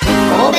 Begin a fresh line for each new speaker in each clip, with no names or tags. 神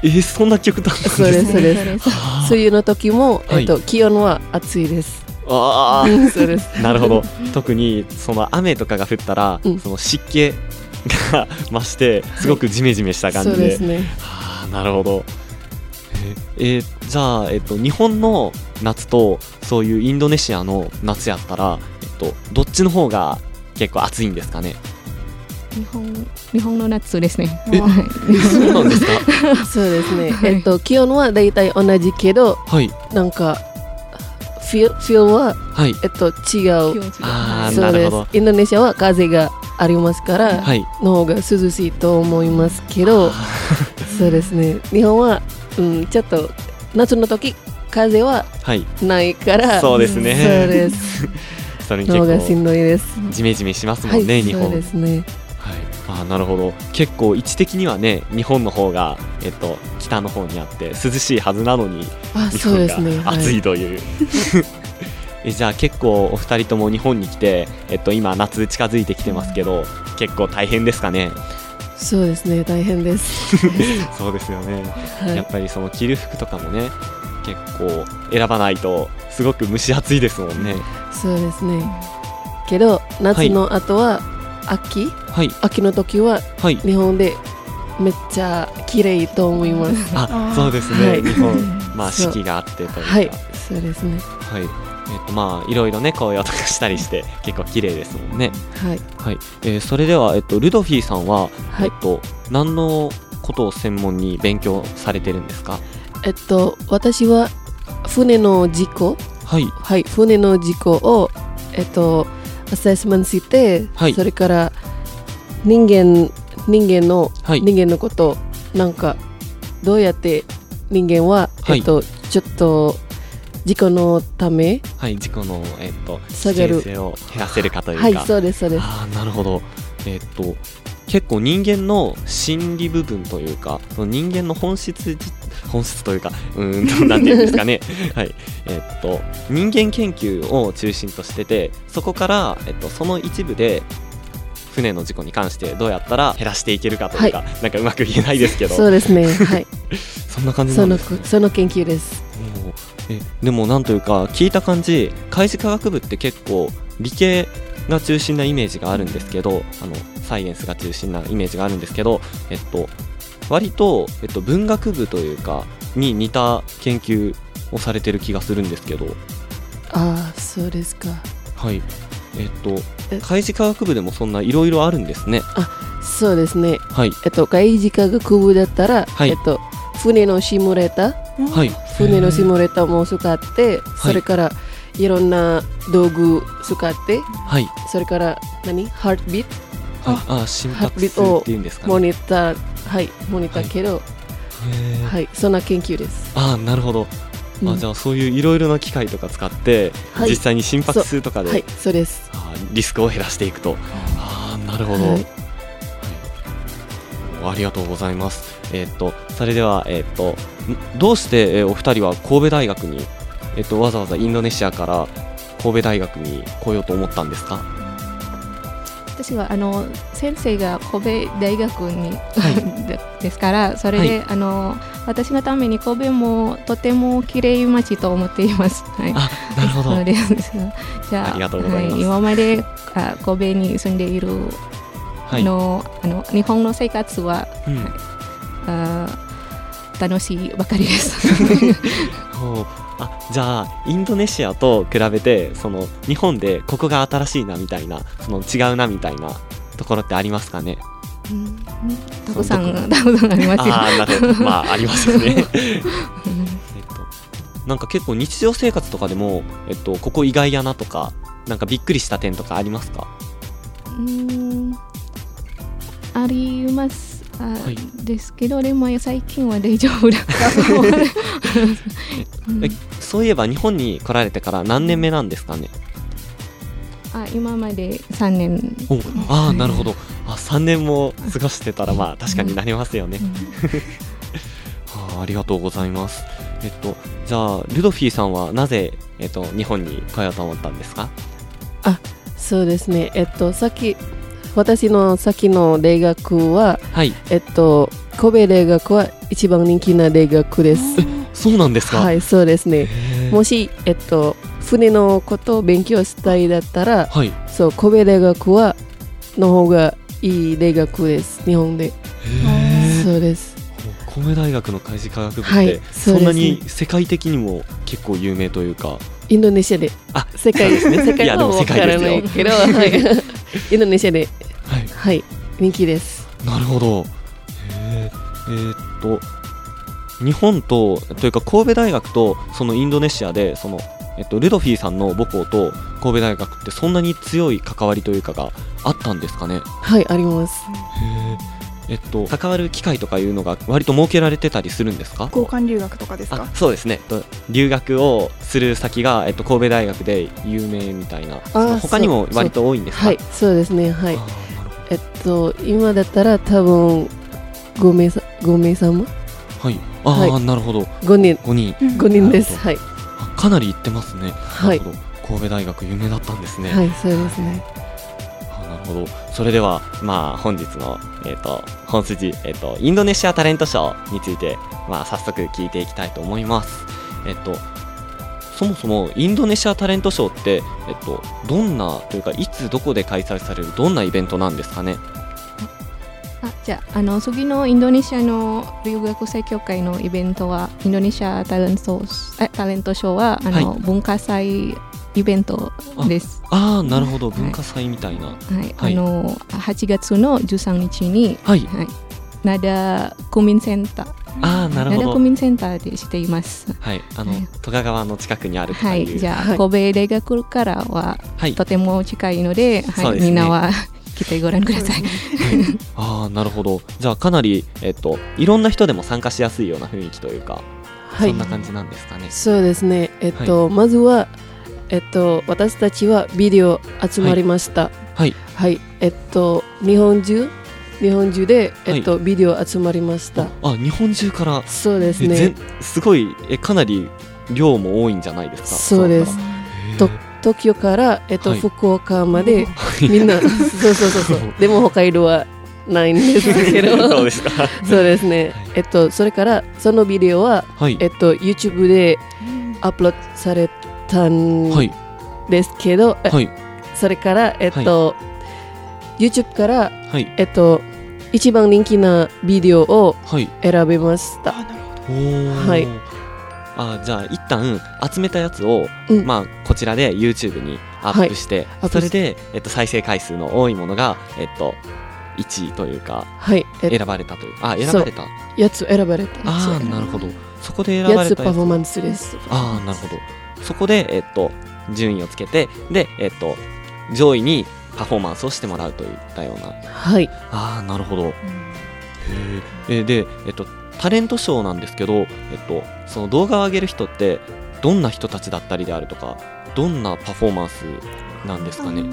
えー、そんな極端
そう
なん
で
ですす
そうです
す。
は
梅雨の時も、
はい
えっと、気温は暑いです。
ああ
うんそうです。
ーなるほど特にその雨とかが降ったら、
うん
その湿気が増してすごくジメジメした感じ
そう
で
ですね。
はあなるほどええーじゃあ、えっと、日本の夏とそういうインドネシアの夏やったら、えっと、どっちの方が結構暑いんですか ね
日本日本の夏ですね。
え
はい
そうなんですか
そうですね。
はい
えっと、気温はだいたい同じけど、
はい
なんか。フィル、フィルは、
はい
えっと、違
気
う。
温違う
あー
は
そう
なる
で
ほ
す。インドネシアは風がありますから、
はい
の方が涼しいと思いますけど。 そうですね。日本は、うん、ちょっと、夏の時、風は
はい
ないから。
そうですね
そうです。
それに
の方が
結
し
構
んどいです。
ジメジメしますも
は
ん
い、
ね、日
そう
本はい
ですね。
あーなるほど結構位置的にはね日本の方が、えっと、北の方にあって涼しいはずなのに
あ、
日
そう
本
ですね。
が暑いと いう。えじゃあ結構お二人とも日本に来て、えっと、今夏近づいてきてますけど結構大変ですかね
そうですね、大変です。
そうですよね、
は
やっ
い、
ぱりその着る服とかもね結構選ばないとすごく蒸し暑いですもんね
そうですね。けど、夏の後は秋、
はい
秋の時は
はい
日本でめっちゃ綺麗と思います。
あ
あー
そうですね、
はい
日 本まあ
そ
四
う
季があってというか
はい、そうですね。
はいえっとまあいろいろね紅葉とかしたりして結構綺麗ですもんね
はい、
はい、えーそれでは、えっと、ルドフィーさんは、
はい
えっと、何のことを専門に勉強されてるんですか
えっと、私は船の事故、
はい
はい、船の事故を、えっと、アセスメントして、
はい
それから人間、人間の、
はい
人間のこと、なんか、どうやって人間は、
はい
えっと、ちょっと、事故のため、
はい事故の、えっと、危
下がる
険性を減らせるかというか、
はい、そうです、そうです。
あーなるほど、えっと、結構人間の心理部分というかその人間の本質じ本質というかうーんとなんていうんですかね、 はいえっと、人間研究を中心としててそこから、えっと、その一部で船の事故に関してどうやったら減らしていけるかというか、なんかうまく言えないですけど
そうですね、 はい、
そんな感じな
そ
ん
の、
ですね
その研究です。
おーえでもなんというか聞いた感じ海事科学部って結構理系が中心なイメージがあるんですけどあのサイエンスが中心なイメージがあるんですけど、えっと、割と、えっと、文学部というかに似た研究をされてる気がするんですけど
ああ、そうですか。
はいえっと
え
海事科学部でもそんないろいろあるんですね
そうですね、
はい
えっと、外事科学部だったら、
はい
えっと、船のシミュレーター、
はい
船のシミュレーターも使って、それからいろんな道具使って、
はい
それから何ハートビート、
はいあ心拍数っていうんですか
モ
ね
ニターはいモニターけど、はい
へー
そんな研究です、
ああなるほど
うん
あじゃあそういういろいろな機械とか使って、
はい
実際に心拍数とかで、
はいそうです
あーリスクを減らしていくとああなるほど、
はい
はいありがとうございますえーっとそれではえーっとんどうしてえーお二人は神戸大学にえーっとわざわざインドネシアから神戸大学に来ようと思ったんです か
私はあの先生が神戸大学に、で ですからそれで、あの私のために神戸もとても綺麗町と思っています。はい。
あなるほ
そう
ど
です。じゃあ
ありがとうございます
は今まであ神戸に住んでいる
はい、
の、あの日本の生活は
うん
あー楽しいばかりです。
ほうあじゃあインドネシアと比べてその日本でここが新しいなみたいなその違うなみたいなところってありますかね
たくさ
その
んたくさんありますよ。
ああなるほどまあありますよね えっとなんか結構日常生活とかでも、えっと、ここ意外やなとかなんかびっくりした点とかありますか
うんありますあ、
はい
ですけどでも最近は大丈夫だ うん
えそういえば日本に来られてから何年目なんですかね
あ今まで3年、
おああなるほどあ3年も過ごしてたらまあ確かになりますよね
うん
はあ、ありがとうございます。えっと、じゃあ、ルドフィーさんはなぜ、えっと、日本に来ようと思ったんですか
そうですねえっとさっき私の先の大学は
はい、
えっと神戸大学は一番人気な大学です。
そうなんですか。。
はいい、そうですね。もし、えっと、船のことを勉強したいだったら、
はい。へ
そう、神戸大学は、の方がいい大学です、日本で。
ー
そうです。
神戸大学の海事科学部って、
はい
そ
そうですね
んなに世界的にも結構有名というか、
インドネシアで、
あ、
世界
そうですね
世界
いやで
は
も世
わか
界で
ら
す
な
よ
いけど、はい、インドネシアで、
はい、
はい、人気です。
なるほど。へーえーっと日本とというか神戸大学とそのインドネシアでそのえっとルドフィさんの母校と神戸大学ってそんなに強い関わりというかがあったんですかね。
はい、あります。
えっと関わる機会とかいうのが割と設けられてたりするんですか？
交換留学とかです
あ
か
そうですね、えっと留学をする先が、えっと、神戸大学で有名みたいな、その他にも
そう
割と多いんですか
はい、そうですね、はい
あ。ーなるほ
えっと、今だったら多分5名さ5名様
どはい、あー、
は
なるほど、
5人
5人、
うん
5人です
な
はい、
あかなり行ってますね、
はい
なるほど神戸大学、有名だったんですね。
はい、そうですね
あなるほどそれでは、まあ、本日の、えっと本筋、えっとインドネシアタレントショーについて、まあ、早速聞いていきたいと思います、えっとそもそもインドネシアタレントショーって、えっとどんなというかいつどこで開催されるどんなイベントなんですかね
あじゃああの次のインドネシアの留学生協会のイベントはインドネシアタレントあタレントショーはあの、
は
文化祭イベントです。
ああなるほど
はい
文化祭みたいな
はい、
はい
あの8月の13日に、
はい
はい、灘コミンセンター
ああなる
灘
ほ
コ
ど
ミンセンターでしています。
はいあの
はい
戸川川の近くにあると
は
かい、
いうじゃあ、
はい
神戸大学からは
はい
とても近いので、は
そう
い
ですね
みんなは 来てご覧ください。
ああなるほどじゃあかなり、えっといろんな人でも参加しやすいような雰囲気というか、
は
そん
い
な感じなんですかね
そうですねえっと、まずはえっと私たちはビデオ集まりました
はい
はい、えっと日本中日本中でえっと、ビデオ集まりました
あ日本中から
そうです
え
ね
全すごいえかなり量も多いんじゃないですか
そうです
そう
と
だ
東京から、えっと
はい
福岡ま で
へー
みんなそうそうそうそうでも北海道はないんですけ ど
そうですか
そうですね
はい。
えっと、それから、そのビデオは、
はい
えっと、YouTube でアップロードされたん
はい
ですけど、え
はい
それから、えっと、YouTube から、
はい
えっと、一番人気なビデオを
はい
選べました。
あなるほ
お
ど
ー
はい
あじゃあ一旦集めたやつを、
うん
まあ、こちらで YouTube にアップして、
アッ
そ
プし
れで、えっと、再生回数の多いものが、えっと、1位というか
はい。え
選ばれたというあ選ばれた
やつ選ばれた。
あ
そ
あ
う
なるほどそこで選ば
や
れ
つ
た
パ
やつ
フォーマンスです。
ああなるほどそこでえっと順位をつけてでえっと上位にパフォーマンスをしてもらうといったような
はい。
ああなるほどへーえでえっとタレントショーなんですけどえっとその動画を上げる人ってどんな人たちだったりであるとかどんなパフォーマンスなんですかね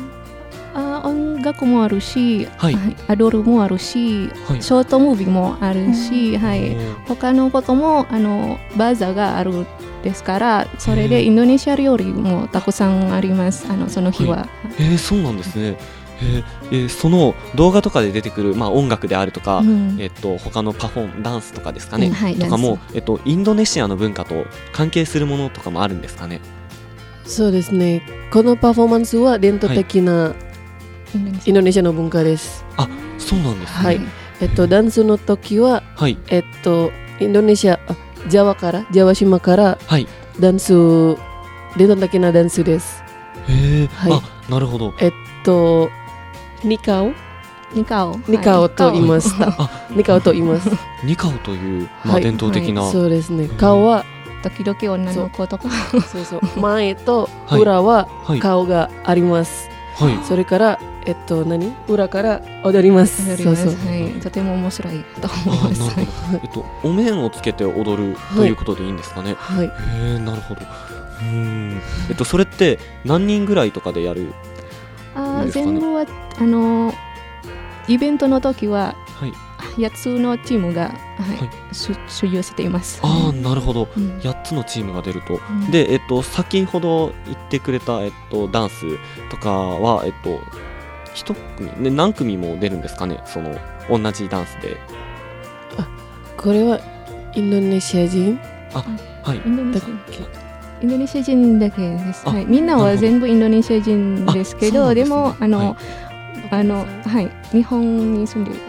あ音楽もあるし、
はい
はいアドルもあるし、
はい
ショートムービーもあるし、はい、他のこともあのバザーがあるですからそれ
へ
で
え
インドネシア料理もたくさんありますあのその日は、
えー、そうなんですねへーえーその動画とかで出てくる、まあ、音楽であるとか、
うん
えっと他のパフォーダンスとかですかね、
うんはい
とか
ダ
も
ンス、
えっと、インドネシアの文化と関係するものとかもあるんですかね
そうですね。このパフォーマンスは伝統的な
インドネシ
インドネシアの文化です。
そうなんですね
はい。えっと、ダンスの時は、
はい
えっと、インドネシア、あジャワから、ジャワ島から
はい
ダンス、伝統的なダンスです。
へえ、
はい
あなるほど
えっと、ニカオ
アニカオ
ニカオと言いました。
あ
ニカオと言います。
ニカオという、まあ、
はい
伝統的な、
そうですね。顔は、
時々女の子とか
そうそう前と
はい
裏は
はい
顔があります。
はい
それから、えっと、何裏から踊ります。
踊り
そ
ま
う
す
そう。
はい、とても面白いと思い
あ
ま
な
す
るほどえっとお面をつけて踊るということでいいんですかね、
はい。
へえなるほどうーんえっとそれって何人ぐらいとかでやる
あ
いいですかね
全部はあのイベントの時は
はい
8つのチームが、はい
は
し所有しています
ああなるほど
うん
8つのチームが出ると
うん
で、えっと、先ほど言ってくれた、えっと、ダンスとかは、えっと、一組、ね、何組も出るんですかねその、同じダンスで。
これはインドネシア人
はい
インドネ
だ
シ
っ
ア
け
インドネシア人だけです、
あ
はい、みん
な
な
る
は
ほど
全部インドネシア人ですけ
あそ
ど
うなん
で
ですね
もあの、
はい
あのはい日本に住んでる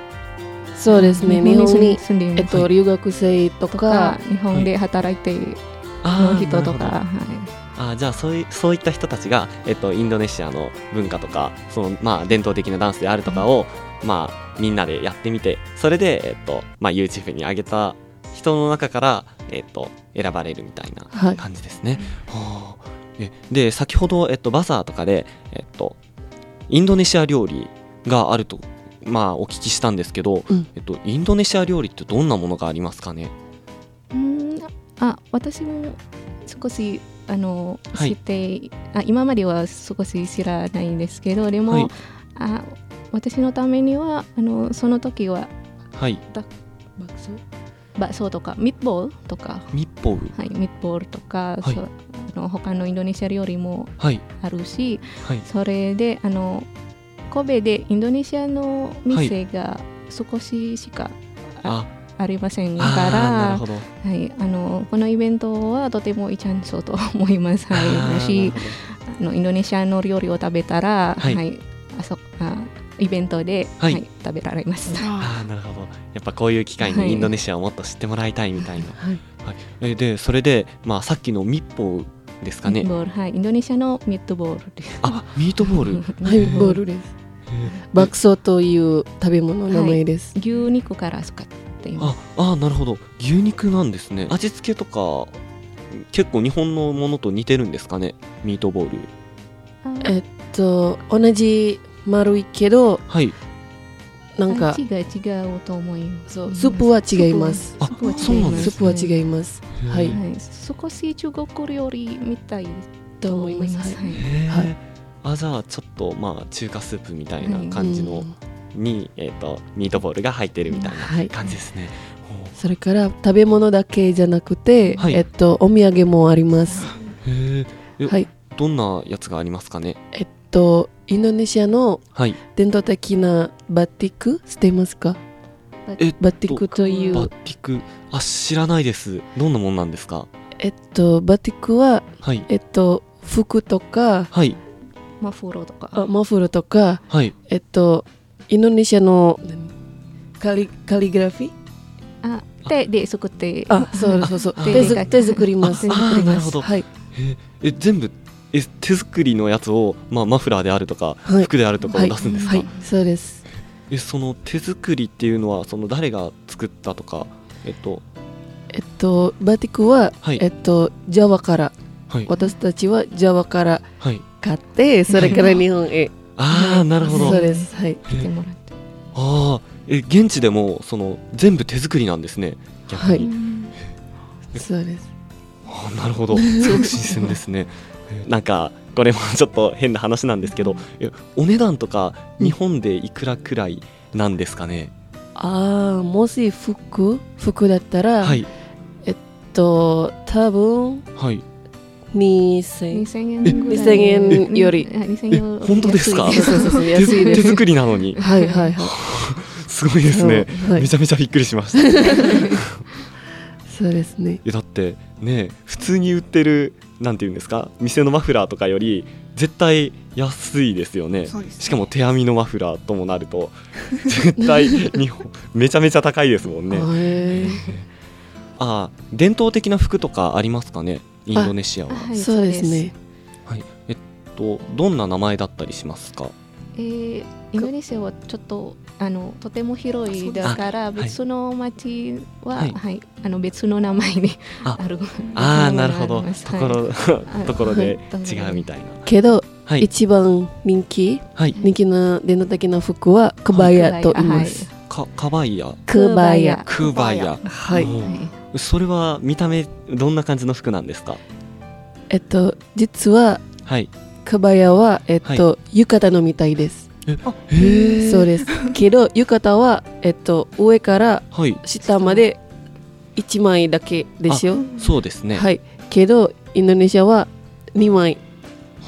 そうですね日
日
本
本
に
に、住んでい
え
る
っと、留学生と
と
か
か日本で働いている
あ
の
ー
人
なるほ
と
ど
か、はい、
あーじゃあそういそういった人たちが、えっと、インドネシアの文化とかその、まあ、伝統的なダンスであるとかを、まあ、みんなでやってみてそれで、えっとまあ、YouTube に上げた人の中から、えっと、選ばれるみたいな
はい
感じですね。はあえで先ほど、えっと、バザーとかで、えっと、インドネシア料理があると、まあ、お聞きしたんですけど、
うん
えっと、インドネシア料理ってどんなものがありますかね
うーんあ私も少しあの
はい
知って、あ今までは少し知らないんですけどでも、
はい
あ私のためにはあのその時は
はい
バそうとかミッボールとか、
ミッポウ
はい、ミッボールとか、
はい
そうあの他のインドネシア料理も
はい
あるし
はい
それであの神戸でインドネシアの店が少ししか
あ
ありませんか
あーな
ら
るほど
はい、あのこのイベントはとてもいいチャンスと思います。は
あ
い、
ー
もし
なるほ
あのインドネシアの料理を食べた
は
ら、はいい、あそあイベントで、
は
はいい食べられます。
どあーなるほどやっぱこういう機会
は
に
い
インドネシアをもっと知ってもらいたいみたいな、
はい
えーでそれで、まあ、さっきのミッポウですか
ミッ
ね
トボール、はい、インドネシアのミットボールです。
あミートボール
はいミッボールです爆走という食べ物の名前です、
牛肉から使っています。
ああーなるほど牛肉なんですね味付けとか結構日本のものと似てるんですかねミートボール
あ
えっと同じ丸いけど
はい
なんか
味が違うと思います。
そうスープは違います
あ
スープは違います
そうなんです
ス
ね
ープは違いますはい
はい、少し中国料理みたいと
と思
思い
いま
ますす。
はい
はい
へー
はい
あじゃあちょっとまあ中華スープみたいな感じ
う
の
ん
に、えー、とミートボールが入ってるみたい
はい
な感じですね、ほう
それから食べ物だけじゃなくて、
はい
えっとお土産もあります
へえ
はい
どんなやつがありますかね
えっとインドネシアの
はい
伝統的なバティック知っていますか
え
バティックとい
バ
う
ッティクあ知らないですどんなもんなんですか
えっとバティックは
はい
えっと服とか
はい
マフローとか。
あマフルとか
はい
えっとインドネシアの何カリカリグラフィー
あ手で作って
あそうそうそう
あ
手
あ
づ手作ります
あ
手作
なる
りま
ほ
す
ど
はい
ええ全部え手作りのやつを、まあ、マフラーであるとか、
はい
服であるとかを
はい
出すんですか、
はいそうです
えその手作りっていうのはその誰が作ったとかえっと
えっとバティックは
はい
えっとジャワから
はい
私たちはジャワから
はい
買ってそれから日本へ
あ あなるほど
そうです はい
来てもらって。
ああえ現地でもその全部手作りなんですね逆に、
は
はいい、
そうです
あーなるほ どすごく新鮮ですねなんかこれもちょっと変な話なんですけどえお値段とか
うん
日本でいくらくらいなんですかね、
ああもし服服だったら
は
えっ
い
と多分
はい
2000
2000円ぐらい
2000円より
はい2000円より
え本当ですか
安い
そうそうそう
手
安いで
手
す
作りなの に
はいはいはい
すごいですね、
そうはい
めちゃめちゃびっくりしました
そうですね
えだってね普通に売ってるなんていうんですか店のマフラーとかより絶対安いですよね
そうですね
しかも手編みのマフラーともなると絶対日本めちゃめちゃ高いですもんね
へー
ああ伝統的な服とかありますかねインドネシアは、
はい
そうですね。
はい、えっとどんな名前だったりしますか
えーインドネシアはちょっとあのとても広いだか
そ
ら
うです
別の町は、
は
はいいあの別の名前に
あ
ある
ああなるほど
あります
と
はい
ころ
い
ところで
はい
違うみたいな
けど、
はい
一番人気
はい
人気の伝統的な服はクバヤと言います。
かかばいや
クバヤ。
クバヤ
はい。
おー
はい
それは見た目どんな感じの服なんですか
えっと実は
はい
クバヤはえっと、浴衣のみたいです。
へ
そうです。けど浴衣はえっと上から
はい
下まで一枚だけですよ。
そうですね
はい。けどインドネシアは二枚、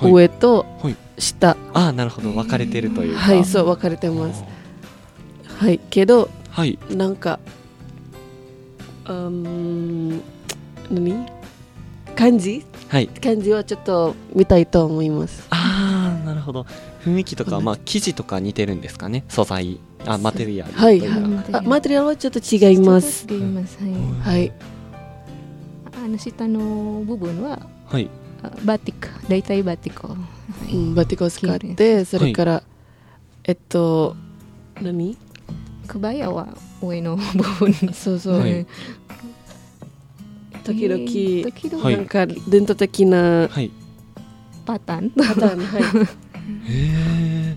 はい
上と
はい
下。
ああなるほど分かれてるというか
はい、そう分かれてます。はい。けど
はい
なんかうーん何漢字
はい
漢字はちょっと見たいと思います
ああなるほど雰囲気とか、まあ、生地とか似てるんですかね素材あマテリアル
はい
というか
はい
あマテリアルはちょっと違います
違います。はい。
はい
あの下の部分は
はい
あバティック、大体バティック。は
う
い
んバティコを使ってそれからえっと何
首やは上の部分。
そうそう
はい
うん
時々
えー時々
はい
なんか伝統的な
はい
パターン。
パターンはい
へえ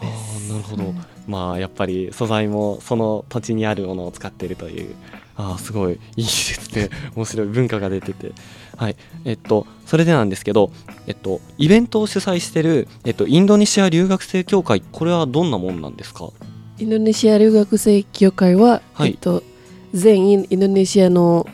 あーなるほど、まあやっぱり素材もその土地にあるものを使っているというあーすごいいいですね 面白い文化が出ててはいえっとそれでなんですけどえっとイベントを主催してる、えっと、インドネシア留学生協会これはどんなもんなんですか
インドネシア留学生協会は、
はい
えっと、全員インドネシアの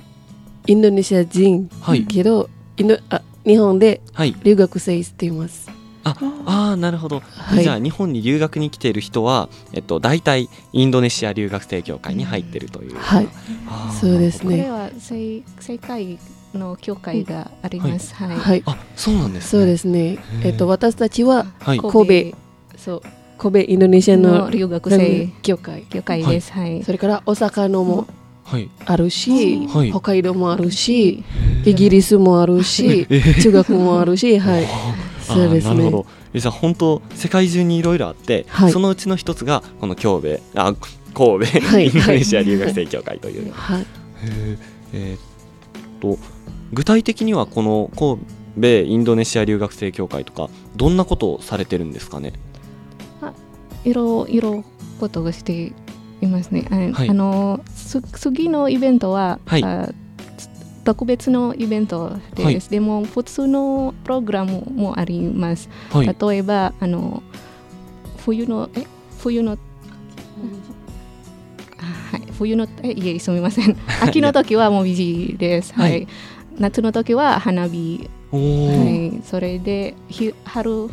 インドネシア人、
はい
けどインドあ日本で
はい
留学生しています。
ああーなるほど、
はい
じゃあ日本に留学に来ている人は、えっと、大体インドネシア留学生協会に入ってるという
はい、
あー
そうです
こ
ね
れは世世界の教会があります。はい。
はい、
あそうなんです、ね、
そうです
へ
ね。
ー
えっと私たちは
はい
神そう神戸インドネシア
の
の
留学生
協会、
教会です。はい。
それから大阪のも
はい
あるし、
はい
北海道もあるし、イギリスもあるし、中学もあ るし、はい、そうです
あーなるほ
ね。
どえじゃあ本当世界中にいろいろあって、
はい
そのうちの一つがこの神戸あ神戸、
はい
インドネシア留学生協会という、
はい、
へええーっと具体的にはこの神戸インドネシア留学生協会とかどんなことをされてるんですかね
いろいろことをしていますね。あの
はい
あのす次のイベントは、
はい
あつ特別のイベントです。
はい
でも普通のプログラムもあります。
はい
例えばあの冬のえ冬のあはい冬のえいえすみませ ん秋の時はもみじです。はい。
はい
夏の時は花火、
お
は
ー
い、それでひ春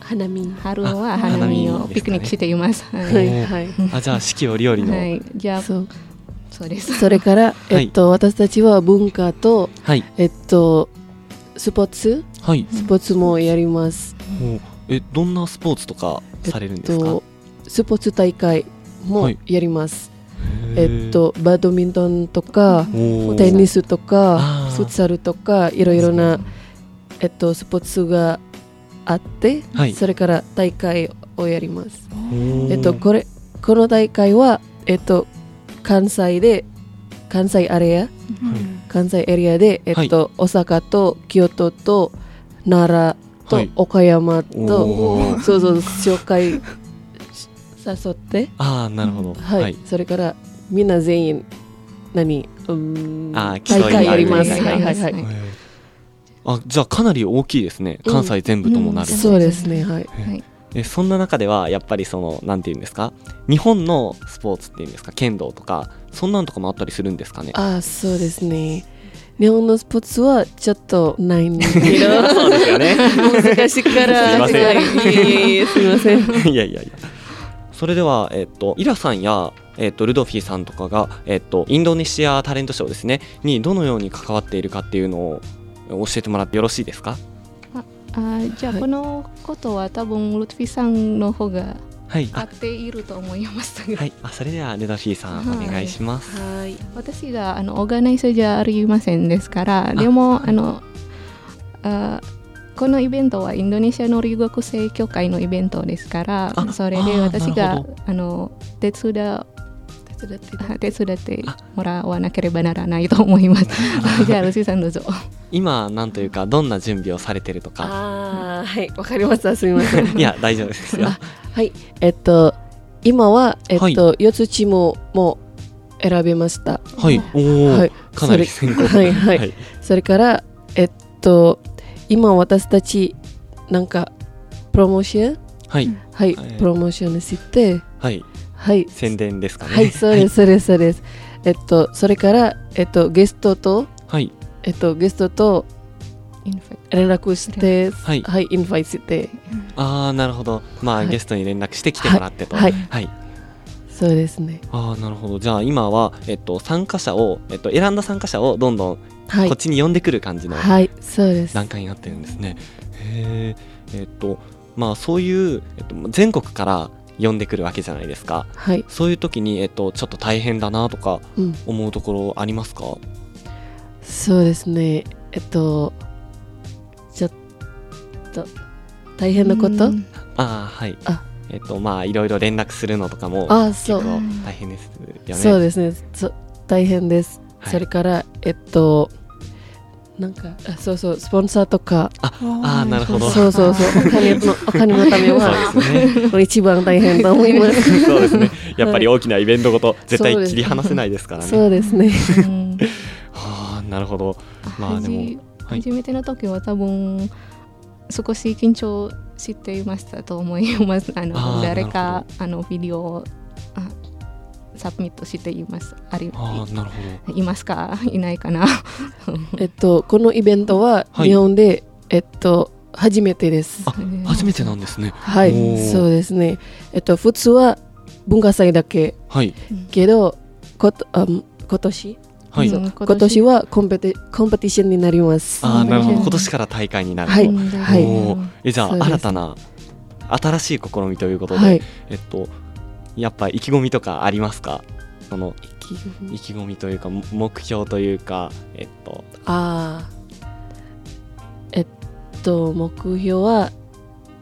花見。
春は
あ
花見
花見です
を
かね
ピクニックしています。は
はいい、はい。
あじゃあ四季折々の
は
はい、
い、じゃあ
そう
そうです。
それから、
はい
えっと、私たちは文化と、
はい
えっと、スポーツスポーツもやります、
おーえどんなスポーツとかされるん
えっ
ですか、
と、スポーツ大会も
はい
やります、
へ
えっと、バドミントンとか
おー
テニスとか
あー
フッツァルとかいろいろな、えっと、スポーツがあって、
はい
それから大会をやります、
おー
えっと、これこの大会は、えっと、関西で関西アレア関西エリアで、えっと大阪と京都と奈良と、
はい
岡山と
おー
そうそう紹介し誘って、
ああなるほど、
はい
はい
それからみんな全員何うーん
あー
大会やります
競い合う
はいはいはい、
は
あじゃあかなり大きいですね
うん
関西全部ともなると、
ん
そうですねはい
はい、
えそんな中ではやっぱりそのなんていうんですか日本のスポーツっていうんですか剣道とかそんなんとかもあったりするんですかね
あーそうですね日本のスポーツはちょっとな いんですけど
そうですよね
難しいから
すいません
はいいえいえいえすみませ ん
いやいやいやそれでは、えっと、イラさんや、えっと、ルドフィさんとかが、えっと、インドネシアタレントショーですねにどのように関わっているかっていうのを教えてもらってよろしいですか
あじゃあ、
はい
このことは多分ルトフィさんの方が
はい
合
あ
っていると思いますが、
はいあそれではルドフィさんお願いします
はい
私があのオーガナイザーじゃありませんですからでもあのあこのイベントはインドネシアの留学生協会のイベントですから
あ
それ
あ
で
ー
私
なる
が
ほ
あの手伝う
手伝って
手伝ってもらわなければならないと思います じゃあルシさんどうぞ
今なんというかどんな準備をされてるとか
ああーはいわかりましたすみません
いや大丈夫ですよ
あはい、 えっと、今は、えっと、
はい
4つチームも選びました。
はい、おお、
はい
かなり
そ
先
れ
行。
はいはいそれから、えっと、今私たち、なんか、プロモーション
はい、
はい、
はい
プロモーションして、
はい、
はい、
宣伝ですかね。
はい、そうです、そうです、そうです。えっと、それから、えっと、ゲストと、
はい、
えっと、ゲストと
インファ
連絡して、
は
はいい、インファイトして、
ああ、なるほど。まあ、
はい
ゲストに連絡して来てもらってと。
はい
はい、
そうですね
ああなるほどじゃあ今は、えっと、参加者を、えっと、選んだ参加者をどんどんこ
はい
っちに呼んでくる感じの
はいそうです
段階になってるんですね。へええっとまあそういう、えっと、全国から呼んでくるわけじゃないですか
はい、
そういう時に、えっと、ちょっと大変だなとか
うん、
思うところありますか
そうですねえっとちょっと大変なこと、
うん
ああはい
あ
えっとまあいろいろ連絡するのとかも
あそ
結
う
構大変ですよね。
そうですねそ大変です、
はい
それからえっとなんかあそうそうスポンサーとか
ああなるほど
そ
そう
そうそうお金のお金のためは
うです ね。
一番大変と思います
そうですね。やっぱり大きなイベントごと絶対切り離せないですからね。
そうですね
うん
はあなるほど。まあで
はじ
もはい
初めての時は多分少し緊張していましたと思います。あの
あー
誰かあのビデオをあサミットしています。あり
ああなるほど。
いますかいないかな。
えっとこのイベントは
はい
日本で、えっと初めてです
あ初めてなんですね。
は
お
い
ー
そうですねえっと普通は文化祭だけ
はい
けどことあん今年
はい。
うん
今年はコンペテコンペティションになります
ああなるほど
うん
今年から大会になる。
はい
うん
はい
おーえじゃあ
そうです
新たな新しい試みということで、
はい
えっとやっぱ意気込みとかありますかその意気込みというかも目標というかえっと
ああえっと目標は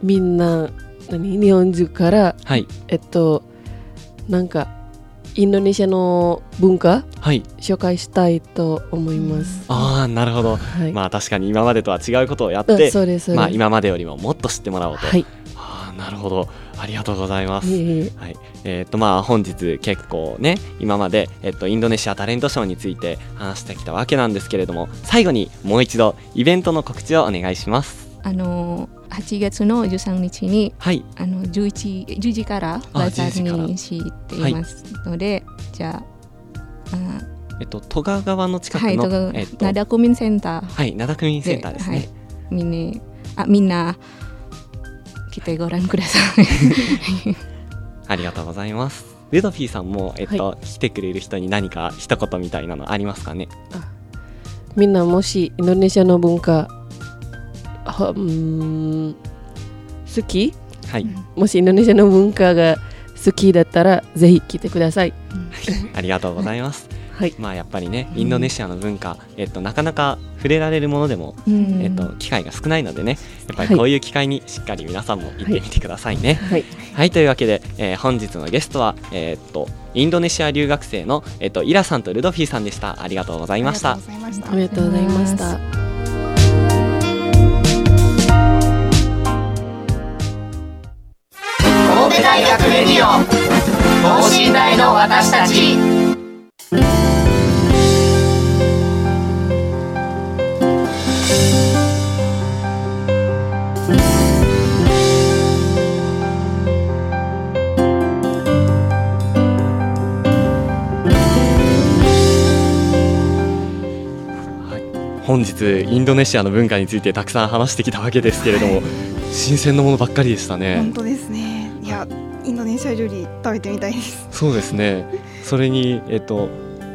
みんな何日本中から
はい
えっとなんかインドネシアの文化
はい
紹介したいと思います、
ああなるほど、
はい、
まあ確かに今までとは違うことをやっ
うん
て
そうですそうです
まあ今までよりももっと知ってもらおうと、
はい
ああなるほどありがとうございます、
いえいえ
はい、えっ、とまあ本日結構ね今まで、えっとインドネシアタレントショーについて話してきたわけなんですけれども最後にもう一度イベントの告知をお願いします
あの8月の13日に
はい
あの 11, 10時から
あ
バザー
10時から
にしていますので、じゃああ
えっと戸川川の近く
はい、
の、
とか
えっと
灘コミュニセンター
はい灘区民センターですね、
はい、みんなあみんな来てご覧ください。
ありがとうございますルドフィーさんも、えっと来てくれる人に何か一言みたいなのありますかね
みんなもしインドネシアの文化はうーん好き
はい、
もしインドネシアの文化が好きだったらぜひ来てください
ありがとうございます、
はい
まあやっぱりねインドネシアの文化、えっとなかなか触れられるものでも
う ん
えっと、機会が少ないのでねやっぱりこういう機会にしっかり皆さんも行ってみてくださいね。はい、
はい
というわけで、えー本日のゲストは、えーっとインドネシア留学生の、えっとイラさんとルドフィーさんでしたありがとうございました。
ありがとうございました
ありがとうございました
神戸大学レディオ等身大の私たち
本日インドネシアの文化についてたくさん話してきたわけですけれども、新鮮なものばっかりでした
本
ね。
当ですねいやインドネシア料理食べてみたいです
そうですねそれに、えっと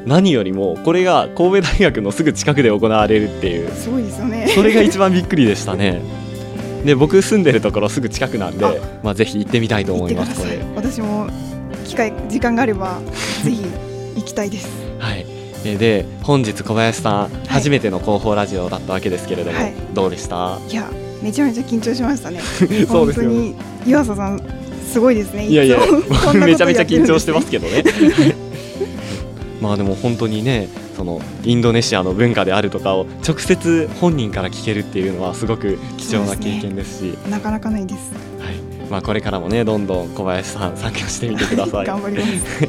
何よりもこれが神戸大学のすぐ近くで行われるっていう
すごいですよね
それが一番びっくりでしたね。で僕住んでるところすぐ近くなんで、まあぜひ行ってみたいと
行っ
思
て
い
くだ
ます。こ
さい
れ
私も機会時間があればぜひ行きたいです
はい。えーで本日小林さん、初めての広報ラジオだったわけですけれども、
はい
どうでした？
いやめちゃめちゃ緊張しましたね
そうですよね
本当に湯浅さんすごいですね
い やいや
つもこん なこと
めちゃめちゃ
やってるん
緊
で
張してますけどね。 まあでも本当にねそのインドネシアの文化であるとかを直接本人から聞けるっていうのはすごく貴重な経験ですし、
なかなかないです
はい。まあこれからもねどんどん小林さん参加してみてください。
頑張ります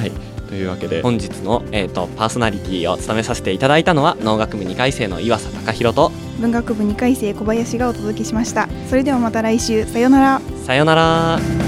はい、というわけで本日の、えー、とパーソナリティを務めさせていただいたのは農学部2回生の岩佐隆弘と
文学部2回生小林がお届けしましたそれではまた来週さようなら
さよなら。